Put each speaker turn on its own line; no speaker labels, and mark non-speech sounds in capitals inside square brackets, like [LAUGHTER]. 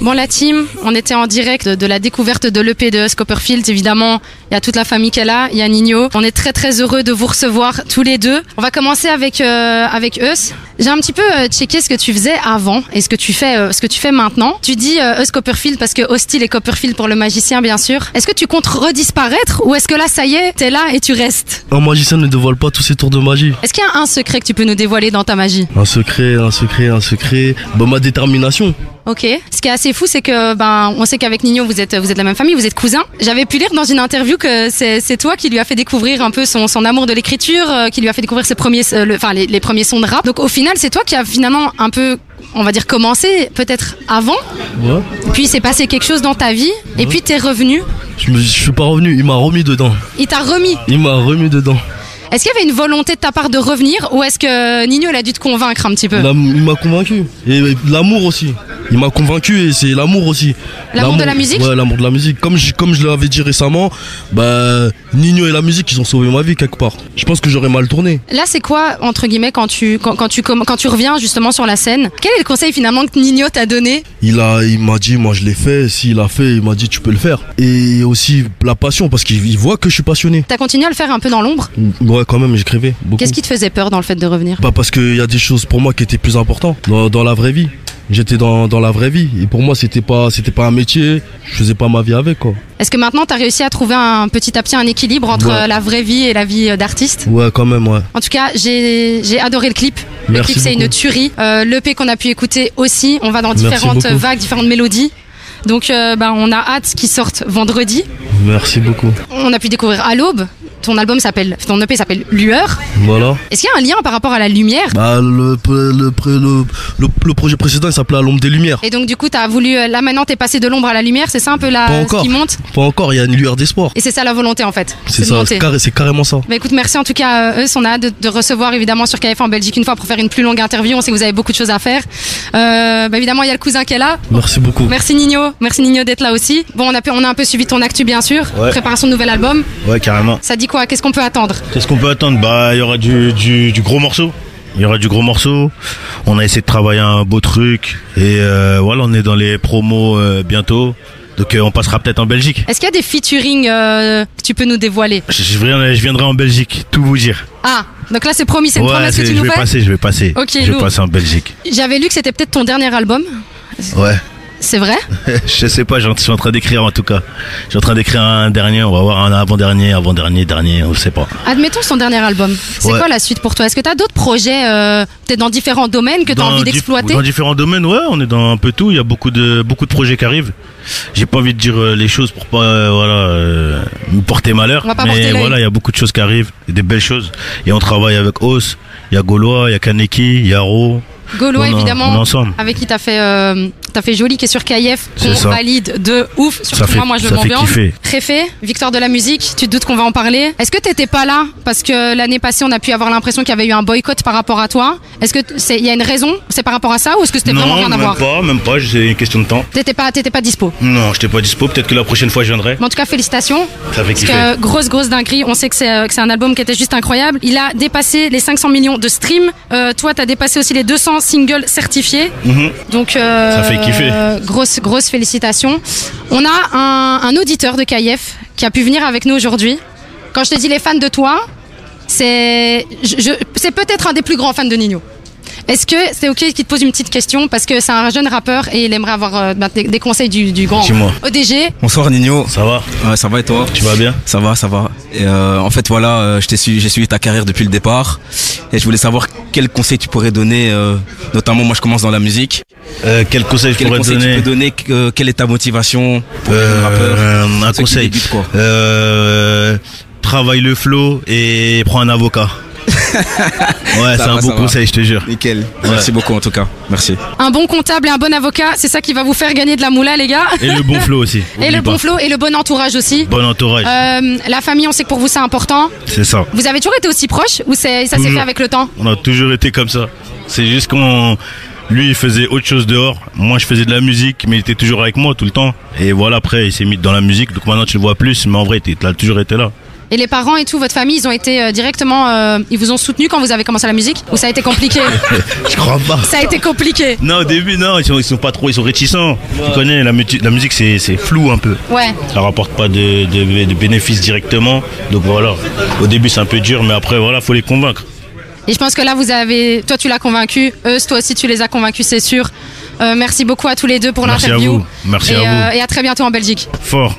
Bon, la team, on était en direct de, de la découverte de l'EP de Scopperfield. Évidemment, il y a toute la famille qui est là. Il y a Nino. On est très très heureux de vous recevoir tous les deux. On va commencer avec euh, avec Eus. J'ai un petit peu euh, checké ce que tu faisais avant et ce que tu fais euh, ce que tu fais maintenant. Tu dis euh, Eus Copperfield parce que Hostile et Copperfield pour le magicien bien sûr. Est-ce que tu comptes redisparaître ou est-ce que là ça y est, t'es là et tu restes
Un magicien ne dévoile pas tous ses tours de magie.
Est-ce qu'il y a un secret que tu peux nous dévoiler dans ta magie
Un secret, un secret, un secret. Bah, ma détermination.
Ok. Ce qui est assez fou, c'est que ben on sait qu'avec Nino vous êtes vous êtes la même famille, vous êtes cousins. J'avais pu lire dans une interview que c'est c'est toi qui lui a fait découvrir un peu son, son amour de l'écriture, euh, qui lui a fait découvrir ses premiers euh, le- enfin les, les premiers sons de rap. Donc au final, c'est toi qui a finalement un peu on va dire commencé peut-être avant,
Ouais.
puis s'est passé quelque chose dans ta vie et puis t'es revenu.
Je, me, je suis pas revenu, il m'a remis dedans.
Il t'a remis.
Il m'a remis dedans.
Est-ce qu'il y avait une volonté de ta part de revenir ou est-ce que Nino elle a dû te convaincre un petit peu
Il a- il m'a convaincu. Et l'amour aussi. Il m'a convaincu et c'est l'amour aussi.
L'amour de la musique
Ouais, l'amour de la musique. Comme je, comme je l'avais dit récemment, bah, Nino et la musique, ils ont sauvé ma vie quelque part. Je pense que j'aurais mal tourné.
Là, c'est quoi, entre guillemets, quand tu, quand, quand tu, comm- quand tu reviens justement sur la scène Quel est le conseil finalement que Nino t'a donné
Il a, il m'a dit, moi je l'ai fait. S'il a fait, il m'a dit, tu peux le faire. Et aussi la passion, parce qu'il il voit que je suis passionné.
T'as continué à le faire un peu dans l'ombre
Ouais, quand même, j'écrivais beaucoup.
Qu'est-ce qui te faisait peur dans le fait de revenir
Bah parce qu'il y a des choses pour moi qui étaient plus importantes dans, dans la vraie vie. J'étais dans, dans la vraie vie et pour moi c'était pas c'était pas un métier, je faisais pas ma vie avec quoi.
Est-ce que maintenant t'as réussi à trouver un petit à petit un équilibre entre
Ouais.
euh, la vraie vie et la vie euh, d'artiste
Ouais quand même ouais.
En tout cas, j'ai j'ai adoré le clip. Le
Merci
clip, c'est
beaucoup.
une tuerie. Euh, L'EP qu'on a pu écouter aussi. On va dans
Merci
différentes
beaucoup.
vagues, différentes mélodies. Donc, euh, bah, on a hâte qu'ils sortent vendredi.
Merci beaucoup.
On a pu découvrir à l'aube. Ton album s'appelle, ton EP s'appelle Lueur.
Voilà.
Est-ce qu'il y a un lien par rapport à la lumière
Bah le le le, le, le projet précédent il s'appelait À l'ombre des lumières.
Et donc du coup, t'as voulu euh, là maintenant, t'es passé de l'ombre à la lumière, c'est ça un peu la
Pas
ce
encore.
qui monte.
Pas encore, il y a une lueur d'espoir.
Et c'est ça la volonté en fait.
C'est
de
ça,
monter.
c'est carré- c'est carrément ça.
Bah écoute, merci en tout cas euh, Eus, on a hâte de, de recevoir évidemment sur KF en Belgique une fois pour faire une plus longue interview. On sait que vous avez beaucoup de choses à faire. Euh, bah évidemment, il y a le cousin qui est là.
Merci beaucoup.
Merci Nino, merci Nino d'être là aussi. Bon, on a, pu- on a un peu suivi ton actu bien sûr.
Ouais.
Préparation de nouvel album.
Ouais, carrément.
Ça dit quoi Qu'est-ce qu'on peut attendre
Qu'est-ce qu'on peut attendre Bah, il y aura du, du, du gros morceau. Il y aura du gros morceau. On a essayé de travailler un beau truc. Et euh, voilà, on est dans les promos euh, bientôt. Donc, euh, on passera peut-être en Belgique.
Est-ce qu'il y a des featuring euh, que tu peux nous dévoiler
Je, je viendrai, je viendrai en Belgique, tout vous dire.
Ah, donc là c'est promis, c'est une
ouais,
promesse que
c'est-
tu
je
nous
vais
fais.
passer, je vais passer.
Ok,
je vais
lourd.
passer en Belgique.
J'avais lu que c'était peut-être ton dernier album.
Ouais. [LAUGHS]
C'est vrai
je sais pas, j'en- je suis en train d'écrire en tout cas. Je suis en train d'écrire un dernier, on va voir un avant-dernier, avant-dernier, dernier, on sait pas.
Admettons son dernier album. C'est
Ouais.
quoi la suite pour toi Est-ce que tu as d'autres projets, euh, peut-être dans différents domaines que tu as
Dans
envie
dif-
d'exploiter
Dans différents domaines, ouais, on est dans un peu tout. Il y a beaucoup de beaucoup de projets qui arrivent. J'ai pas envie de dire euh, les choses pour pas euh, voilà euh, me porter malheur.
On va pas porter
mais
l'œil.
voilà, il y a beaucoup de choses qui arrivent, et des belles choses. Et on travaille avec Os, il y a Gaulois, il y a Kaneki, il y a Ro.
Gaulois,
On est en- on est
évidemment,
ensemble.
avec qui tu as fait, euh, t'as fait Joli, qui est sur KF,
C'est
qu'on
ça.
valide de ouf. Surtout
fait-
moi, moi je
ça fait
m'ambiance.
kiffer.
Préfet, victoire de la musique, tu te doutes qu'on va en parler. Est-ce que t'étais pas là Parce que l'année passée, on a pu avoir l'impression qu'il y avait eu un boycott par rapport à toi. Est-ce que t- c'est- il y a une raison C'est par rapport à ça ou est-ce que c'était vraiment rien
Non,
à
même
voir
pas, même pas. C'est une question de temps.
T'étais pas, t'étais pas dispo.
Non, je t'ai pas dispo. Peut-être que la prochaine fois, je viendrai.
Mais en tout cas, félicitations.
Ça fait
Parce
kiffer.
que grosse grosse dinguerie, on sait que c'est euh, que c'est un album qui était juste incroyable. Il a dépassé les 500 millions de streams. Euh, toi, t'as dépassé aussi les 200 singles certifiés.
Mhm.
Donc euh,
Ça fait kiffer.
euh, Grosse grosse félicitations. On a un, un auditeur de KF qui a pu venir avec nous aujourd'hui. Quand je te dis les fans de toi, c'est je, je- c'est peut-être un des plus grands fans de Nino. Est-ce que c'est ok qu'il te pose une petite question parce que c'est un jeune rappeur et il aimerait avoir euh, bah, des, des conseils du, du grand
Dis-moi.
ODG
Bonsoir Nino.
Ça va
Ouais, ça va et toi
Tu vas bien
Ça va, ça va. Et, euh, en fait, voilà, euh, je t'ai suivi, j'ai suivi ta carrière depuis le départ. Et je voulais savoir quels conseils tu pourrais donner. euh, notamment, moi, je commence dans la musique.
Euh, Quel conseil je
Quels
pourrais te
conseils
donner
tu peux donner que- euh, Quelle est ta motivation pour devenir rappeur
Euh, un
Ceux qui
conseil.
débutent, quoi.
Euh, travaille le flow et prends un
[LAUGHS]
avocat. ouais, c'est
Ça
un
va,
beau
ça va.
conseil, je te jure.
Nickel. Merci beaucoup en tout cas. Merci.
Un bon comptable et un bon avocat, c'est ça qui va vous faire gagner de la moula, les gars.
Et le bon flow aussi.
Et
Oublie
le bon
pas.
flow et le bon entourage aussi.
Bon entourage,
Euh, la famille, on sait que pour vous c'est important.
c'est ça.
Vous avez toujours été aussi proches ou c'est- ça s'est
Non.
fait avec le temps
On a toujours été comme ça. C'est juste qu'on. Lui, il faisait autre chose dehors. Moi, je faisais de la musique, mais il était toujours avec moi tout le temps. Et voilà, après, il s'est mis dans la musique. Donc maintenant, tu le vois plus, mais en vrai, il était- il a toujours été là.
Et les parents et tout, votre famille, ils ont été euh, directement, euh, ils vous ont soutenu quand vous avez commencé la musique Ou ça a été compliqué
[LAUGHS]
Je crois pas.
Ça a été compliqué.
Non, au début, non, ils sont, ils sont pas trop, ils sont réticents. Tu connais, la, muti- la musique, c'est c'est flou un peu.
Ouais.
Ça rapporte pas de, de, de bénéfices directement. Donc voilà, au début, c'est un peu dur, mais après, voilà, faut les convaincre.
Et je pense que là, vous avez, toi, tu l'as convaincu, eux, toi aussi, tu les as convaincus, c'est sûr. Euh, merci beaucoup à tous les deux pour
Merci à
l'interview.
vous. Merci
et,
à vous.
et à très bientôt en Belgique.
Fort.